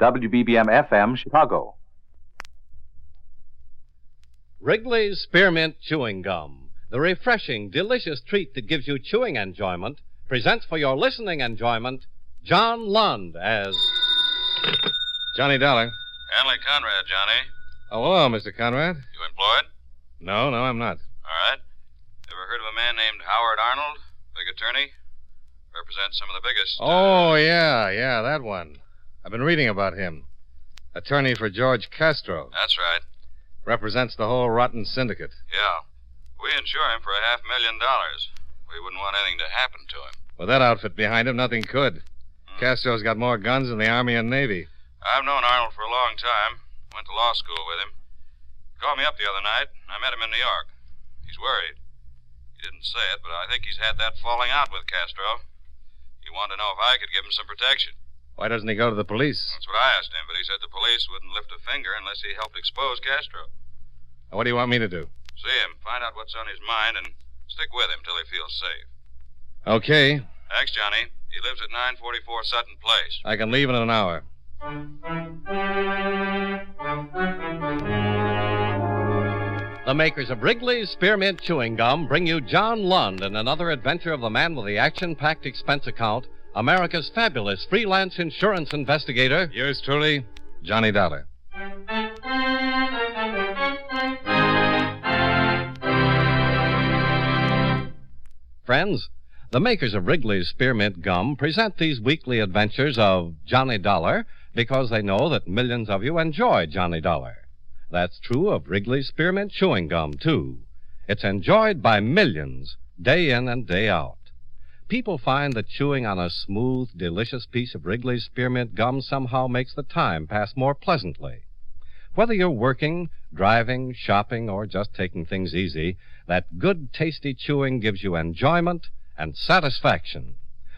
WBBM FM, Chicago. Wrigley's Spearmint Chewing Gum, the refreshing, delicious treat that gives you chewing enjoyment, presents for your listening enjoyment John Lund as. Johnny Dollar. Hanley Conrad, Johnny. Oh, hello, Mr. Conrad. You employed? No, no, I'm not. All right. Ever heard of a man named Howard Arnold? Big attorney? Represents some of the biggest. uh, Oh, yeah, yeah, that one. I've been reading about him. Attorney for George Castro. That's right. Represents the whole rotten syndicate. Yeah. We insure him for a half million dollars. We wouldn't want anything to happen to him. With that outfit behind him, nothing could. Castro's got more guns than the Army and Navy. I've known Arnold for a long time. Went to law school with him. He called me up the other night. I met him in New York. He's worried. He didn't say it, but I think he's had that falling out with Castro. He wanted to know if I could give him some protection. Why doesn't he go to the police? That's what I asked him, but he said the police wouldn't lift a finger unless he helped expose Castro. Now, What do you want me to do? See him, find out what's on his mind, and stick with him till he feels safe. Okay, Thanks, Johnny. He lives at 944 Sutton Place. I can leave in an hour. The makers of Wrigley's Spearmint Chewing Gum bring you John Lund and another adventure of the man with the action packed expense account, America's fabulous freelance insurance investigator. Yours truly, Johnny Dollar. Friends, the makers of Wrigley's Spearmint Gum present these weekly adventures of Johnny Dollar because they know that millions of you enjoy Johnny Dollar. That's true of Wrigley's Spearmint Chewing Gum, too. It's enjoyed by millions, day in and day out. People find that chewing on a smooth, delicious piece of Wrigley's Spearmint Gum somehow makes the time pass more pleasantly. Whether you're working, driving, shopping, or just taking things easy, that good, tasty chewing gives you enjoyment and satisfaction.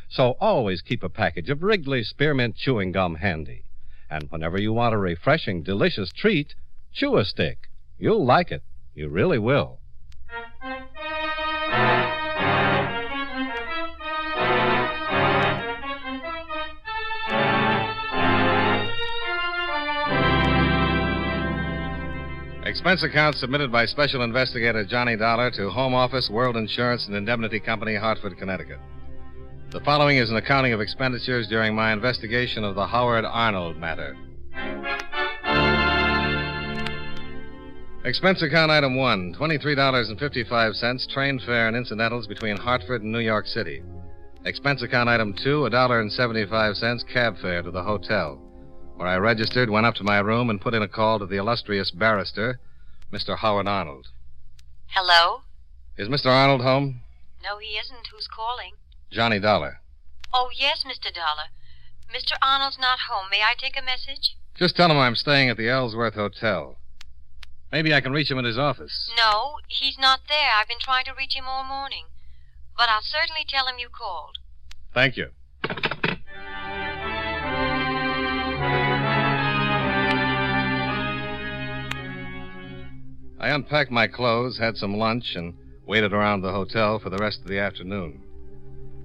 So always keep a package of Wrigley's Spearmint Chewing Gum handy. And whenever you want a refreshing, delicious treat, chew a stick. You'll like it. You really will. Expense account submitted by Special Investigator Johnny Dollar to Home Office, World Insurance, and Indemnity Company, Hartford, Connecticut. The following is an accounting of expenditures during my investigation of the Howard Arnold matter. Expense account item one $23.55, train fare and incidentals between Hartford and New York City. Expense account item two $1.75, cab fare to the hotel where I registered, went up to my room, and put in a call to the illustrious barrister, Mr. Howard Arnold. Hello? Is Mr. Arnold home? No, he isn't. Who's calling? Johnny Dollar. Oh, yes, Mr. Dollar. Mr. Arnold's not home. May I take a message? Just tell him I'm staying at the Ellsworth Hotel. Maybe I can reach him at his office. No, he's not there. I've been trying to reach him all morning. But I'll certainly tell him you called. Thank you. I unpacked my clothes, had some lunch, and waited around the hotel for the rest of the afternoon.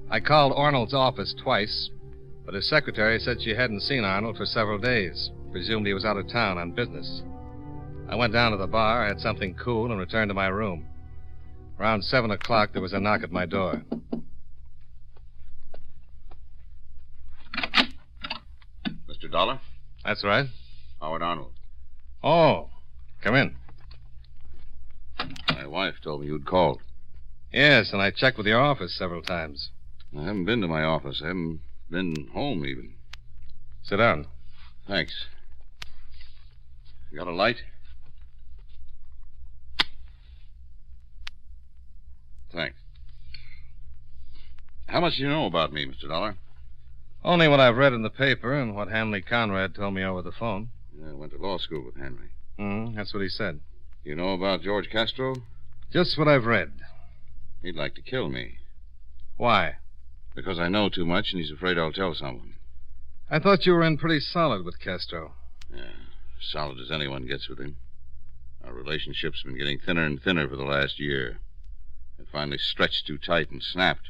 I called Arnold's office twice, but his secretary said she hadn't seen Arnold for several days, presumed he was out of town on business. I went down to the bar, had something cool, and returned to my room. Around 7 o'clock, there was a knock at my door. Mr. Dollar? That's right. Howard Arnold. Oh, come in. My wife told me you'd called. Yes, and I checked with your office several times. I haven't been to my office. I haven't been home, even. Sit down. Thanks. You got a light? Thanks. How much do you know about me, Mr. Dollar? Only what I've read in the paper and what Hanley Conrad told me over the phone. Yeah, I went to law school with Henry. Mm, that's what he said. You know about George Castro? Just what I've read. He'd like to kill me Why? because I know too much and he's afraid I'll tell someone. I thought you were in pretty solid with Castro. Yeah, solid as anyone gets with him. Our relationship's been getting thinner and thinner for the last year. It finally stretched too tight and snapped.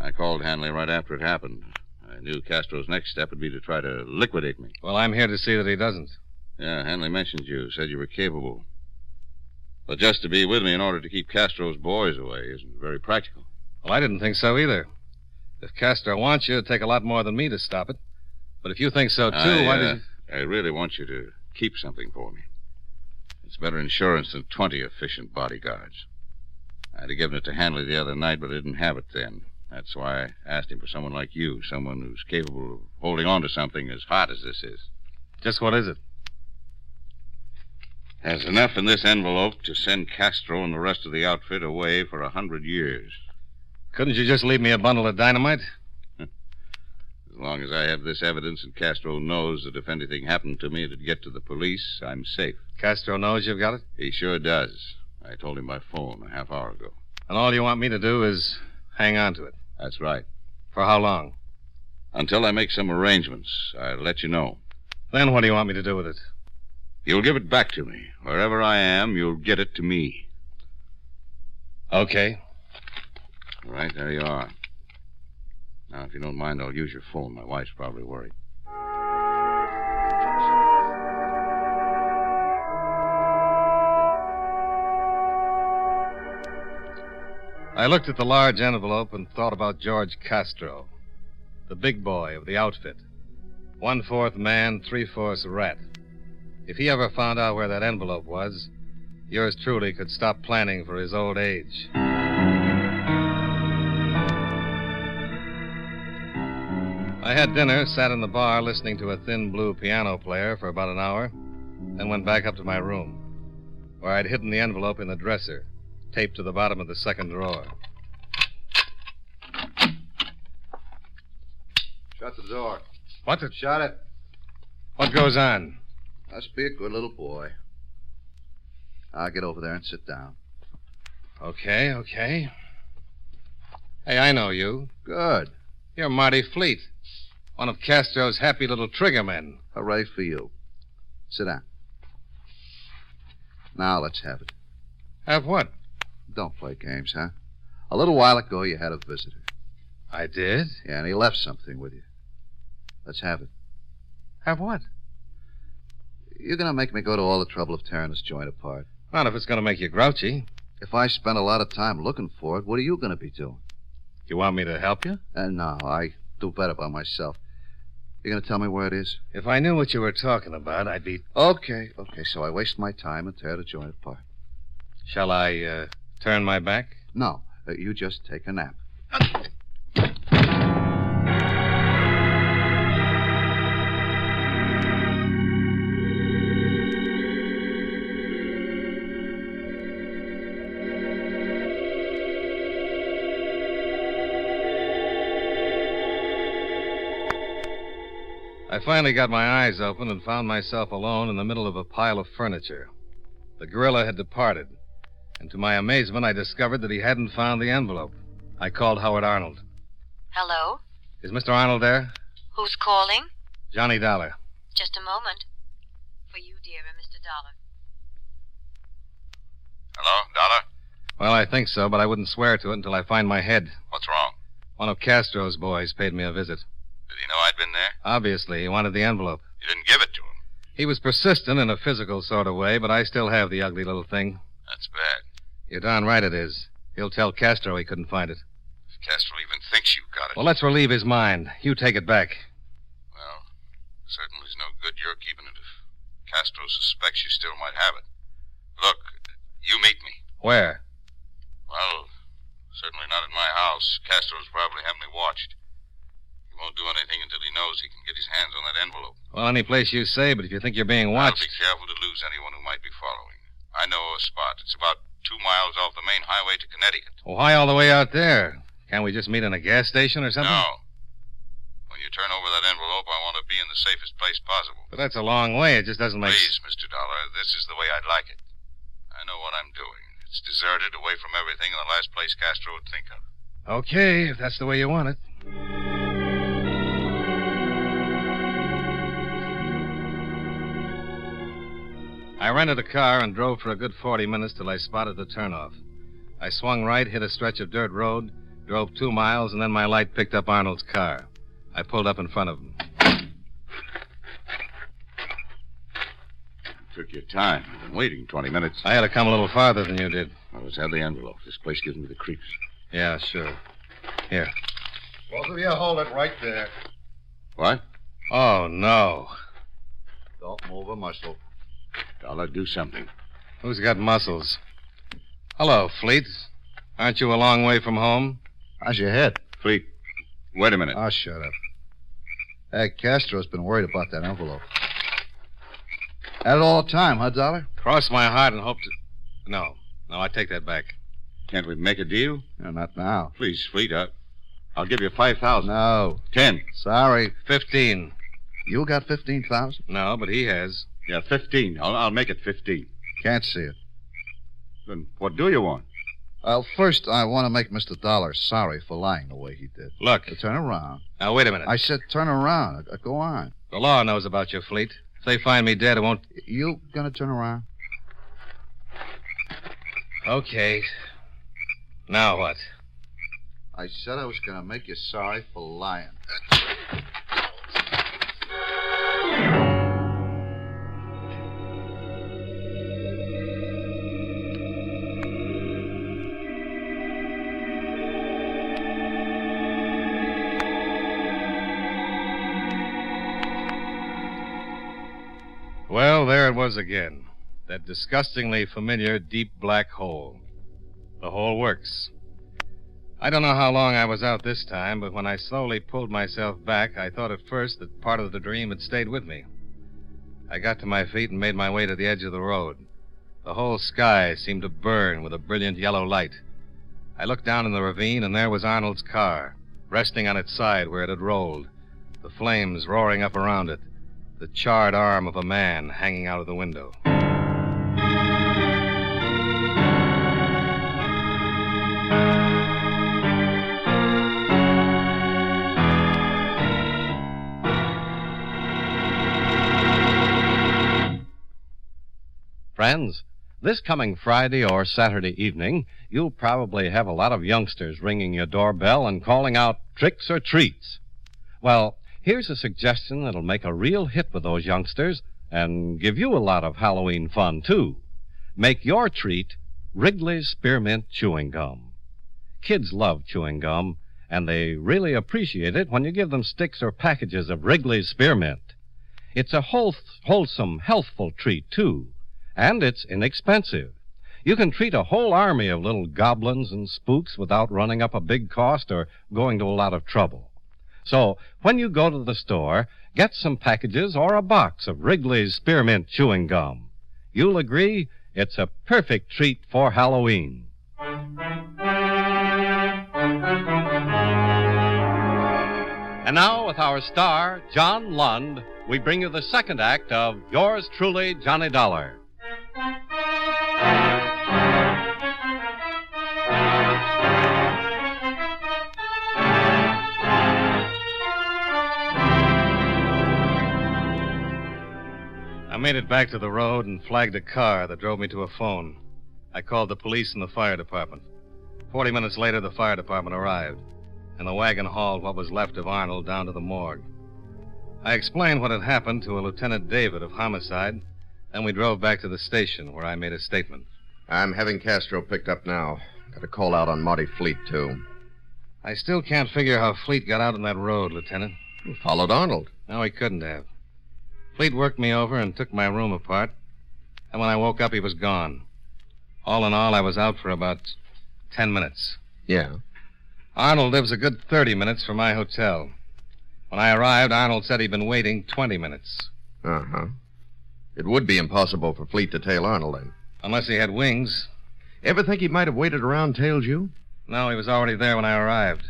I called Hanley right after it happened. I I knew Castro's next step would be to try to liquidate me. Well, I'm here to see that he doesn't. Yeah, Hanley mentioned you, said you were capable. But just to be with me in order to keep Castro's boys away isn't very practical. Well, I didn't think so either. If Castro wants you, it'd take a lot more than me to stop it. But if you think so too, I, why uh, did you... I really want you to keep something for me. It's better insurance than 20 efficient bodyguards. I'd have given it to Hanley the other night, but I didn't have it then. That's why I asked him for someone like you, someone who's capable of holding on to something as hot as this is. Just what is it? Has enough in this envelope to send Castro and the rest of the outfit away for a hundred years. Couldn't you just leave me a bundle of dynamite? As long as I have this evidence and Castro knows that if anything happened to me, it'd get to the police, I'm safe. Castro knows you've got it. He sure does. I told him by phone a half hour ago. And all you want me to do is hang on to it. That's right. For how long? Until I make some arrangements, I'll let you know. Then what do you want me to do with it? You'll give it back to me. Wherever I am, you'll get it to me. Okay. All right, there you are. Now, if you don't mind, I'll use your phone. My wife's probably worried. I looked at the large envelope and thought about George Castro, the big boy of the outfit. One fourth man, three fourths rat. If he ever found out where that envelope was, yours truly could stop planning for his old age. I had dinner, sat in the bar listening to a thin blue piano player for about an hour, then went back up to my room, where I'd hidden the envelope in the dresser, taped to the bottom of the second drawer. Shut the door. What? Shut it. What goes on? Must be a good little boy. I'll get over there and sit down. Okay, okay. Hey, I know you. Good. You're Marty Fleet, one of Castro's happy little trigger men. Hooray for you. Sit down. Now let's have it. Have what? Don't play games, huh? A little while ago you had a visitor. I did. Yeah, and he left something with you. Let's have it. Have what? You're gonna make me go to all the trouble of tearing this joint apart. Not if it's going to make you grouchy. If I spend a lot of time looking for it, what are you gonna be doing? You want me to help you? And no, I do better by myself. You're gonna tell me where it is? If I knew what you were talking about, I'd be. Okay, okay, so I waste my time and tear the joint apart. Shall I uh, turn my back? No, uh, you just take a nap. I finally got my eyes open and found myself alone in the middle of a pile of furniture. The gorilla had departed, and to my amazement, I discovered that he hadn't found the envelope. I called Howard Arnold. Hello? Is Mr. Arnold there? Who's calling? Johnny Dollar. Just a moment. For you, dear, and Mr. Dollar. Hello, Dollar? Well, I think so, but I wouldn't swear to it until I find my head. What's wrong? One of Castro's boys paid me a visit. Did he know I'd been there? Obviously, he wanted the envelope. You didn't give it to him. He was persistent in a physical sort of way, but I still have the ugly little thing. That's bad. You're darn right it is. He'll tell Castro he couldn't find it. If Castro even thinks you got it. Well, let's relieve his mind. You take it back. Well, certainly it's no good your keeping it if Castro suspects you still might have it. Look, you meet me. Where? Well, certainly not at my house. Castro's probably heavily watched. He won't do anything until he knows he can get his hands on that envelope. Well, any place you say, but if you think you're being I'll watched. be careful to lose anyone who might be following. I know a spot. It's about two miles off the main highway to Connecticut. Well, Why all the way out there? Can't we just meet in a gas station or something? No. When you turn over that envelope, I want to be in the safest place possible. But that's a long way. It just doesn't make Please, Mr. Dollar, this is the way I'd like it. I know what I'm doing. It's deserted, away from everything, and the last place Castro would think of. Okay, if that's the way you want it. I rented a car and drove for a good 40 minutes till I spotted the turnoff. I swung right, hit a stretch of dirt road, drove two miles, and then my light picked up Arnold's car. I pulled up in front of him. Took your time. I've been waiting 20 minutes. I had to come a little farther than you did. Well, let's have the envelope. This place gives me the creeps. Yeah, sure. Both of you hold it right there. What? Oh, no. Don't move a muscle. Dollar, do something. Who's got muscles? Hello, Fleet. Aren't you a long way from home? How's your head? Fleet, wait a minute. Oh, shut up. Hey, Castro's been worried about that envelope. At it all the time, huh, Dollar? Cross my heart and hope to. No. No, I take that back. Can't we make a deal? No, not now. Please, Fleet, I, I'll give you 5,000. No. 10. Sorry. Fifteen. You got 15000 No, but he has. Yeah, 15. I'll, I'll make it 15. Can't see it. Then what do you want? Well, first, I want to make Mr. Dollar sorry for lying the way he did. Look. Uh, Turn around. Now, wait a minute. I said turn around. Uh, Go on. The law knows about your Fleet. If they find me dead, it won't. You gonna turn around? Okay. Now what? I said I was gonna make you sorry for lying. Well, there it was again. That disgustingly familiar deep black hole. The whole works. I don't know how long I was out this time, but when I slowly pulled myself back, I thought at first that part of the dream had stayed with me. I got to my feet and made my way to the edge of the road. The whole sky seemed to burn with a brilliant yellow light. I looked down in the ravine, and there was Arnold's car, resting on its side where it had rolled, the flames roaring up around it the charred arm of a man hanging out of the window. Friends, this coming Friday or Saturday evening, you'll probably have a lot of youngsters ringing your doorbell and calling out tricks or treats. Well, here's a suggestion that'll make a real hit with those youngsters and give you a lot of Halloween fun, too. Make your treat Wrigley's Spearmint Chewing Gum. Kids love chewing gum, and they really appreciate it when you give them sticks or packages of Wrigley's Spearmint. It's a whole, wholesome, healthful treat, too and it's inexpensive. You can treat a whole army of little goblins and spooks without running up a big cost or going to a lot of trouble. So, when you go to the store, get some packages or a box of Wrigley's Spearmint Chewing Gum. You'll agree it's a perfect treat for Halloween. And now, with our star, John Lund, we bring you the second act of Yours Truly, Johnny Dollar. I made it back to the road and flagged a car that drove me to a phone. I called the police and the fire department. Forty minutes later, the fire department arrived, and the wagon hauled what was left of Arnold down to the morgue. I explained what had happened to a Lieutenant David of homicide, then we drove back to the station where I made a statement. I'm having Castro picked up now. Got a call out on Marty Fleet, too. I still can't figure how Fleet got out on that road, Lieutenant. He followed Arnold. No, he couldn't have. Fleet worked me over and took my room apart. And when I woke up, he was gone. All in all, I was out for about ten minutes. Yeah. Arnold lives a good 30 minutes from my hotel. When I arrived, Arnold said he'd been waiting 20 minutes. Uh huh. It would be impossible for Fleet to tail Arnold then. Unless he had wings. Ever think he might have waited around, tailed you? No, he was already there when I arrived.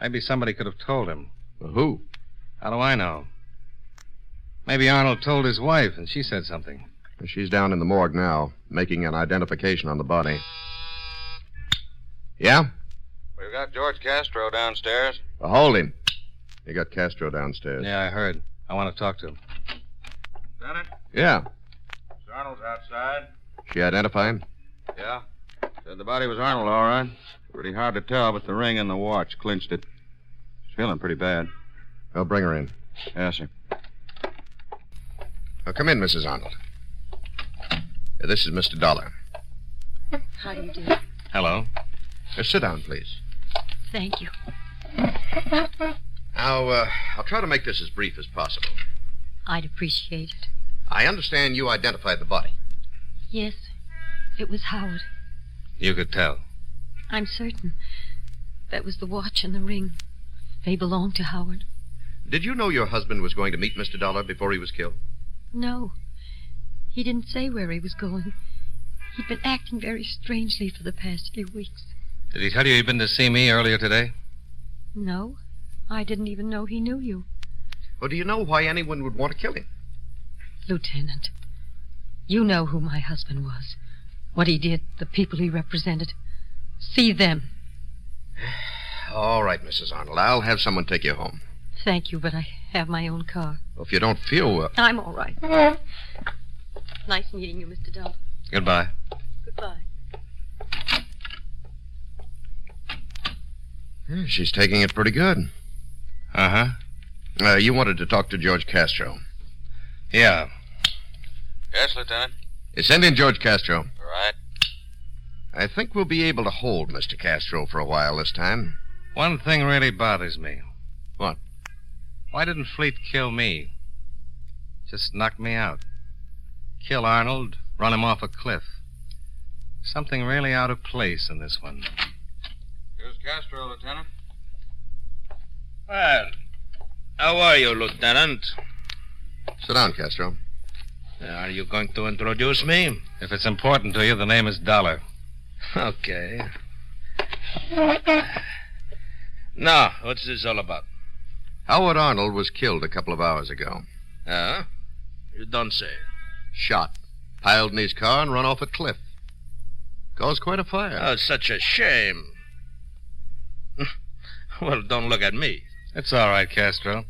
Maybe somebody could have told him. Well, who? How do I know? Maybe Arnold told his wife and she said something. She's down in the morgue now, making an identification on the body. Yeah? We've got George Castro downstairs. Well, hold him. You got Castro downstairs. Yeah, I heard. I want to talk to him. Lieutenant, Yeah. Arnold's outside. She identify him? Yeah? Said the body was Arnold, all right. Pretty hard to tell, but the ring and the watch clinched it. Feeling pretty bad. I'll bring her in. Yes, sir. Now, come in, Mrs. Arnold. Uh, This is Mr. Dollar. How do you do? Hello. Uh, sit down, please. Thank you. Now, uh, I'll try to make this as brief as possible. I'd appreciate it. I understand you identified the body. Yes, it was Howard. You could tell. I'm certain. That was the watch and the ring. They belonged to Howard. Did you know your husband was going to meet Mr. Dollar before he was killed? No. He didn't say where he was going. He'd been acting very strangely for the past few weeks. Did he tell you he'd been to see me earlier today? No, I didn't even know he knew you. Well, do you know why anyone would want to kill him? Lieutenant, you know who my husband was, what he did, the people he represented. See them. All right, Mrs. Arnold. I'll have someone take you home. Thank you, but I have my own car. Well, if you don't feel. Uh... I'm all right. Nice meeting you, Mr. Dollar. Goodbye. Goodbye. yeah, She's taking it pretty good. Uh huh. Uh, you wanted to talk to George Castro. Yeah. Yes, Lieutenant. Uh, Send in George Castro. All right. I think we'll be able to hold Mr. Castro for a while this time. One thing really bothers me. What? Why didn't Fleet kill me? Just knock me out. Kill Arnold, run him off a cliff. Something really out of place in this one. Here's Castro, Lieutenant. Well, how are you, Lieutenant? Sit down, Castro. Uh, Are you going to introduce me? If it's important to you, the name is Dollar. Okay. Now, what's this all about? Howard Arnold was killed a couple of hours ago. Huh? You don't say. Shot. Piled in his car and run off a cliff. Caused quite a fire. Uh, Oh, such a shame. well, don't look at me. It's all right, Castro.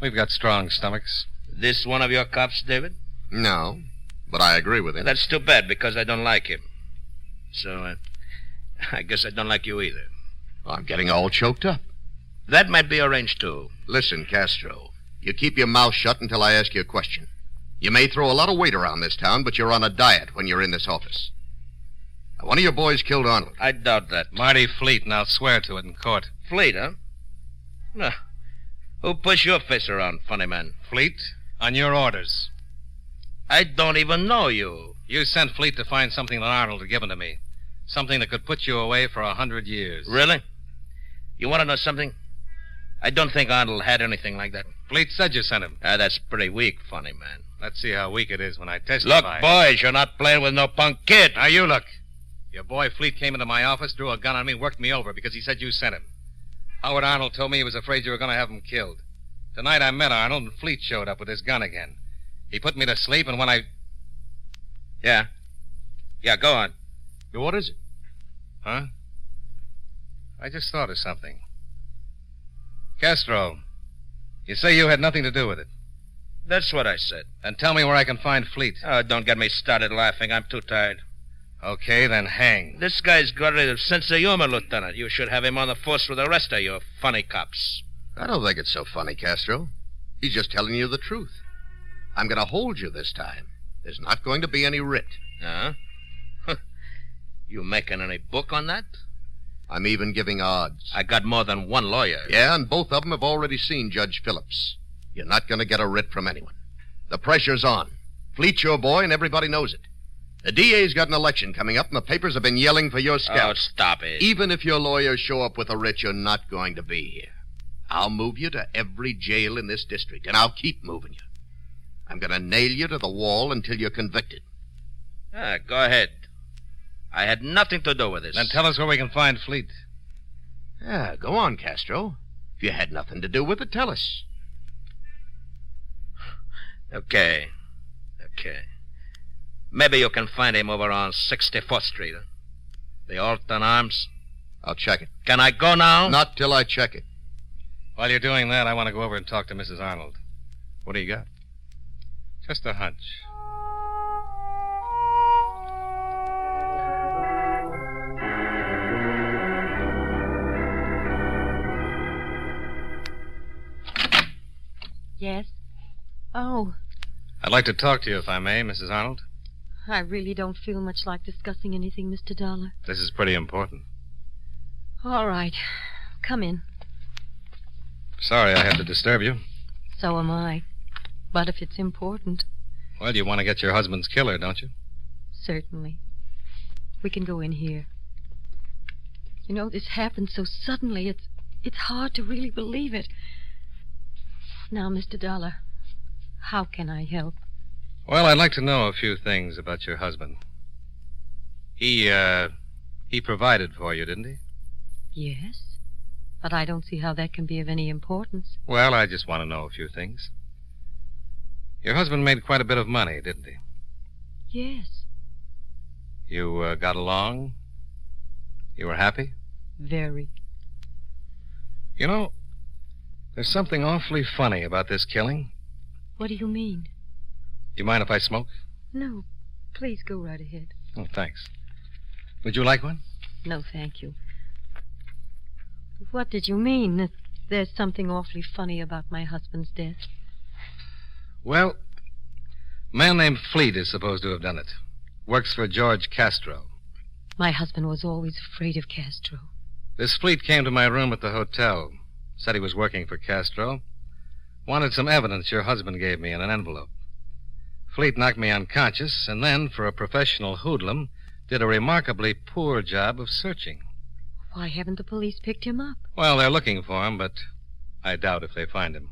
We've got strong stomachs. This one of your cops, David? no, but I agree with him. That's too bad because I don't like him. So, uh, I guess I don't like you either. I'm getting all choked up. That might be arranged too. Listen, Castro, you keep your mouth shut until I ask you a question. You may throw a lot of weight around this town, but you're on a diet when you're in this office. Now, One of your boys killed Arnold. I doubt that. Marty Fleet, and I'll swear to it in court. Fleet, huh? Nah. Who pushed your face around, funny man? Fleet, on your orders. I don't even know you. You sent Fleet to find something that Arnold had given to me. Something that could put you away for a hundred years. Really? You want to know something? I don't think Arnold had anything like that. Fleet said you sent him. Ah, that's pretty weak, funny man. Let's see how weak it is when I Look, testify. boys, you're not playing with no punk kid. Now you look. Your boy Fleet came into my office, drew a gun on me, worked me over because he said you sent him. Howard Arnold told me he was afraid you were going to have him killed. Tonight I met Arnold, and Fleet showed up with his gun again. He put me to sleep, and when I. Yeah. Yeah, go on. What is it? Huh? I just thought of something. Castro, you say you had nothing to do with it. That's what I said. Then tell me where I can find Fleet. Oh, don't get me started laughing. I'm too tired. Okay, then hang. This guy's got a sense of humor, Lieutenant. You should have him on the force with the rest of your funny cops. I don't think it's so funny, Castro. He's just telling you the truth. I'm going to hold you this time. There's not going to be any writ. Huh? you making any book on that? I'm even giving odds. I got more than one lawyer. Yeah, and both of them have already seen Judge Phillips. You're not going to get a writ from anyone. The pressure's on. Fleet's your boy, and everybody knows it. The DA's got an election coming up, and the papers have been yelling for your Oh, scalp. stop it. Even if your lawyers show up with a writ, you're not going to be here. I'll move you to every jail in this district, and I'll keep moving you. I'm going to nail you to the wall until you're convicted. Ah, go ahead. I had nothing to do with this. Then tell us where we can find Fleet. Yeah, go on, Castro. If you had nothing to do with it, tell us. Okay. Okay. Maybe you can find him over on 64th Street. Huh? The Alton Arms. I'll check it. Can I go now? Not till I check it. While you're doing that, I want to go over and talk to Mrs. Arnold. What do you got? Just a hunch. Yes? Oh, I'd like to talk to you, if I may, Mrs. Arnold. I really don't feel much like discussing anything, Mr. Dollar. This is pretty important. All right. Come in. Sorry I had to disturb you. So am I. But if it's important, Well, you want to get your husband's killer, don't you? certainly. We can go in here. You know, this happened so suddenly, it's it's hard to really believe it. Now, Mr. Dollar, how can I help? Well, I'd like to know a few things about your husband. He, uh, he provided for you, didn't he? Yes? But I don't see how that can be of any importance. Well, I just want to know a few things. Your husband made quite a bit of money, didn't he? Yes, You uh, got along? You were happy? very. You know, there's something awfully funny about this killing. What do you mean? You mind if I smoke? No, please go right ahead. Oh, thanks. Would you like one? No, thank you. What did you mean that there's something awfully funny about my husband's death? Well, a man named Fleet is supposed to have done it. Works for George Castro. My husband was always afraid of Castro. This Fleet came to my room at the hotel. Said he was working for Castro. Wanted some evidence your husband gave me in an envelope. Fleet knocked me unconscious, and then, for a professional hoodlum, did a remarkably poor job of searching. Why haven't the police picked him up? Well, they're looking for him, but I doubt if they find him.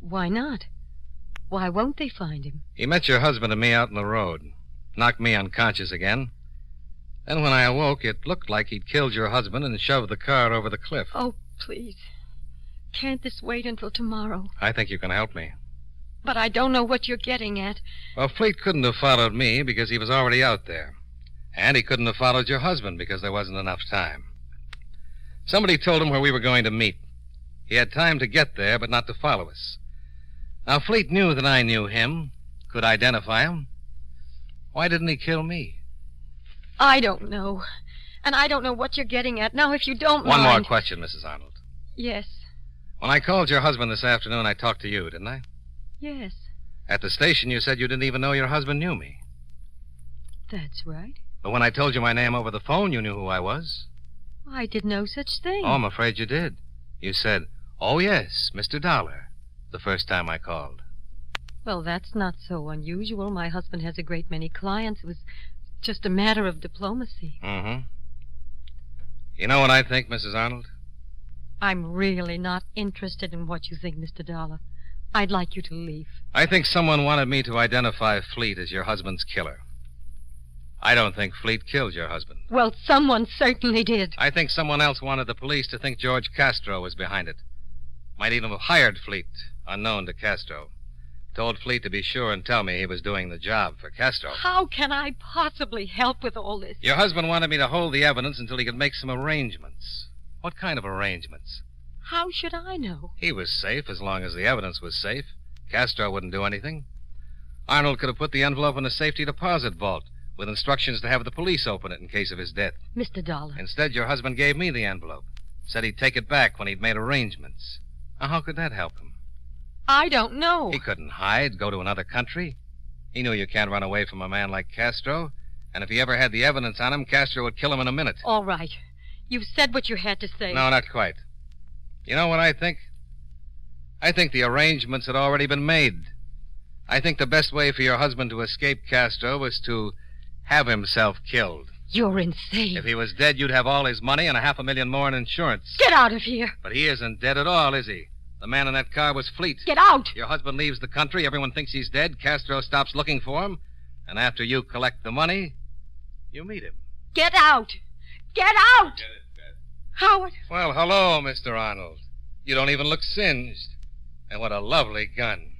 Why not? Why won't they find him? He met your husband and me out in the road, knocked me unconscious again. Then, when I awoke, it looked like he'd killed your husband and shoved the car over the cliff. Oh, please. Can't this wait until tomorrow? I think you can help me. But I don't know what you're getting at. Well, Fleet couldn't have followed me because he was already out there. And he couldn't have followed your husband because there wasn't enough time. Somebody told him where we were going to meet. He had time to get there, but not to follow us. Now, Fleet knew that I knew him, could identify him. Why didn't he kill me? I don't know. And I don't know what you're getting at. Now, if you don't One more mind- question, Mrs. Arnold. Yes, When I called your husband this afternoon, I talked to you, didn't I? yes. At the station, you said you didn't even know your husband knew me. That's right. But when I told you my name over the phone, you knew who I was. I did no such thing. Oh, I'm afraid you did. You said, Oh, yes, Mr. Dollar, the first time I called. Well, that's not so unusual. My husband has a great many clients. It was just a matter of diplomacy. Mm hmm. You know what I think, Mrs. Arnold? I'm really not interested in what you think, Mr. Dollar. I'd like you to leave. I think someone wanted me to identify Fleet as your husband's killer. I don't think Fleet killed your husband. Well, someone certainly did. I think someone else wanted the police to think George Castro was behind it. Might even have hired Fleet, unknown to Castro. Told Fleet to be sure and tell me he was doing the job for Castro. How can I possibly help with all this? Your husband wanted me to hold the evidence until he could make some arrangements. What kind of arrangements? How should I know? He was safe as long as the evidence was safe. Castro wouldn't do anything. Arnold could have put the envelope in a safety deposit vault with instructions to have the police open it in case of his death. Mr. Dollar, Instead, your husband gave me the envelope. Said he'd take it back when he'd made arrangements. Now, how could that help him? I don't know. He couldn't hide, go to another country. He knew you can't run away from a man like Castro. And if he ever had the evidence on him, Castro would kill him in a minute. All right. You've said what you had to say. No, not quite. You know what I think? I think the arrangements had already been made. I think the best way for your husband to escape Castro was to have himself killed. You're insane. If he was dead, you'd have all his money and a half a million more in insurance. Get out of here. But he isn't dead at all, is he? The man in that car was Fleet. Get out. Your husband leaves the country. Everyone thinks he's dead. Castro stops looking for him. And after you collect the money, you meet him. Get out. Get out. Howard, Well, hello, Mr. Arnold. You don't even look singed. And what a lovely gun.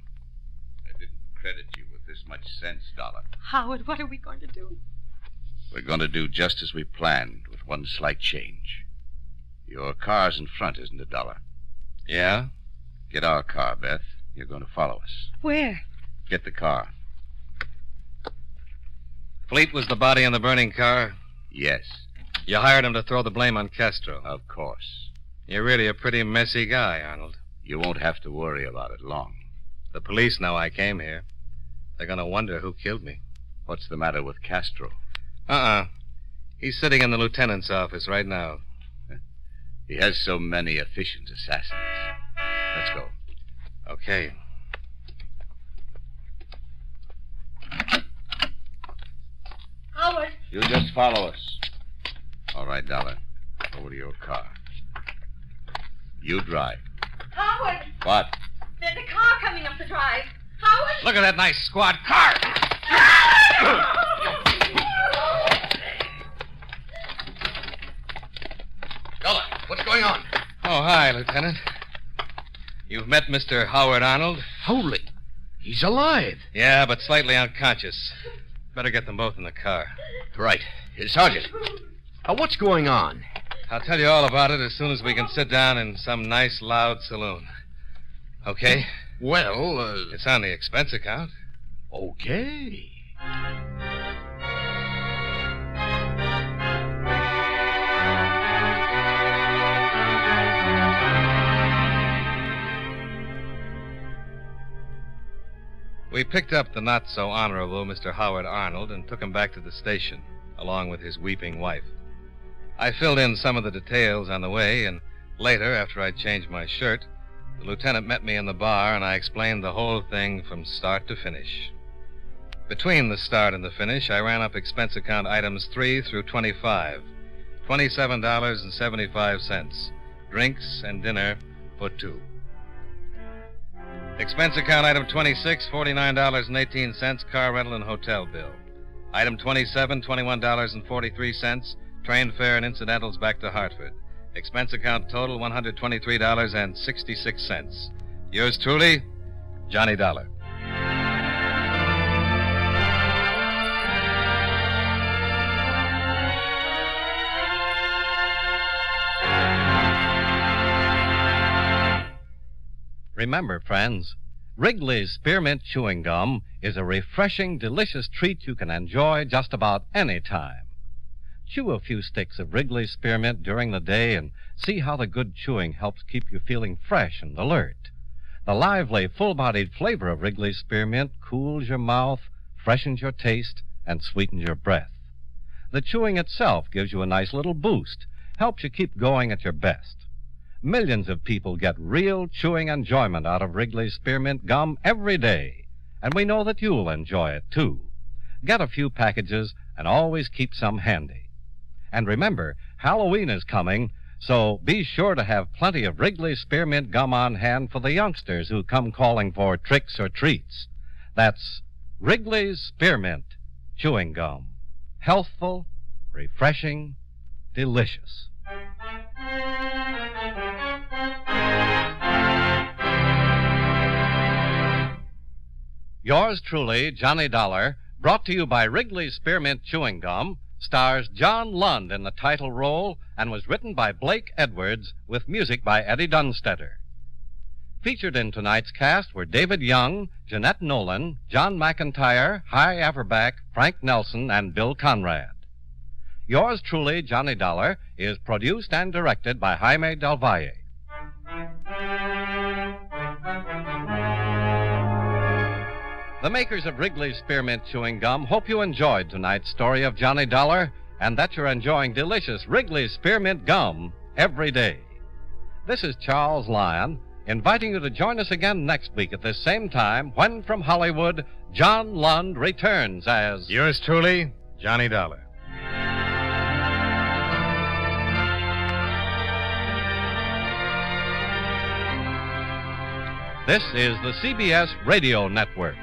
I didn't credit you with this much sense, Dollar. Howard, what are we going to do? We're going to do just as we planned, with one slight change. Your car's in front, isn't it, Dollar? Yeah? Get our car, Beth. You're going to follow us. Where? Get the car. Fleet was the body in the burning car? Yes. You hired him to throw the blame on Castro? Of course. You're really a pretty messy guy, Arnold. You won't have to worry about it long. The police know I came here. They're going to wonder who killed me. What's the matter with Castro? Uh uh-uh. uh. He's sitting in the lieutenant's office right now. He has so many efficient assassins. Let's go. Okay. Howard. You just follow us. All right, Dollar. Over to your car. You drive. Howard. What? There's a car coming up the drive. Howard. Look at that nice squad car. Dollar, what's going on? Oh, hi, Lieutenant. You've met Mr. Howard Arnold. Holy. He's alive. Yeah, but slightly unconscious. Better get them both in the car. Right. Hey, Sergeant. Now, what's going on? I'll tell you all about it as soon as we can sit down in some nice, loud saloon. Okay? Well, uh... It's on the expense account. Okay. We picked up the not so honorable Mr. Howard Arnold and took him back to the station, along with his weeping wife. I filled in some of the details on the way, and later, after I changed my shirt, the lieutenant met me in the bar and I explained the whole thing from start to finish. Between the start and the finish, I ran up expense account items 3 through 25 $27.75, drinks and dinner for two. Expense account item 26, $49.18, car rental and hotel bill. Item 27, $21.43, train fare and incidentals back to Hartford. Expense account total, $123.66. Yours truly, Johnny Dollar. Remember, friends, Wrigley's Spearmint Chewing Gum is a refreshing, delicious treat you can enjoy just about any time. Chew a few sticks of Wrigley's Spearmint during the day and see how the good chewing helps keep you feeling fresh and alert. The lively, full bodied flavor of Wrigley's Spearmint cools your mouth, freshens your taste, and sweetens your breath. The chewing itself gives you a nice little boost, helps you keep going at your best. Millions of people get real chewing enjoyment out of Wrigley's Spearmint Gum every day, and we know that you'll enjoy it too. Get a few packages and always keep some handy. And remember, Halloween is coming, so be sure to have plenty of Wrigley's Spearmint Gum on hand for the youngsters who come calling for tricks or treats. That's Wrigley's Spearmint Chewing Gum. Healthful, refreshing, delicious. Yours truly, Johnny Dollar, brought to you by Wrigley's Spearmint Chewing Gum, stars John Lund in the title role and was written by Blake Edwards with music by Eddie Dunstetter. Featured in tonight's cast were David Young, Jeanette Nolan, John McIntyre, Hi Averback, Frank Nelson, and Bill Conrad. Yours truly, Johnny Dollar, is produced and directed by Jaime Del Valle. The makers of Wrigley's Spearmint Chewing Gum hope you enjoyed tonight's story of Johnny Dollar and that you're enjoying delicious Wrigley's Spearmint Gum every day. This is Charles Lyon inviting you to join us again next week at this same time when from Hollywood, John Lund returns as. Yours truly, Johnny Dollar. This is the CBS Radio Network.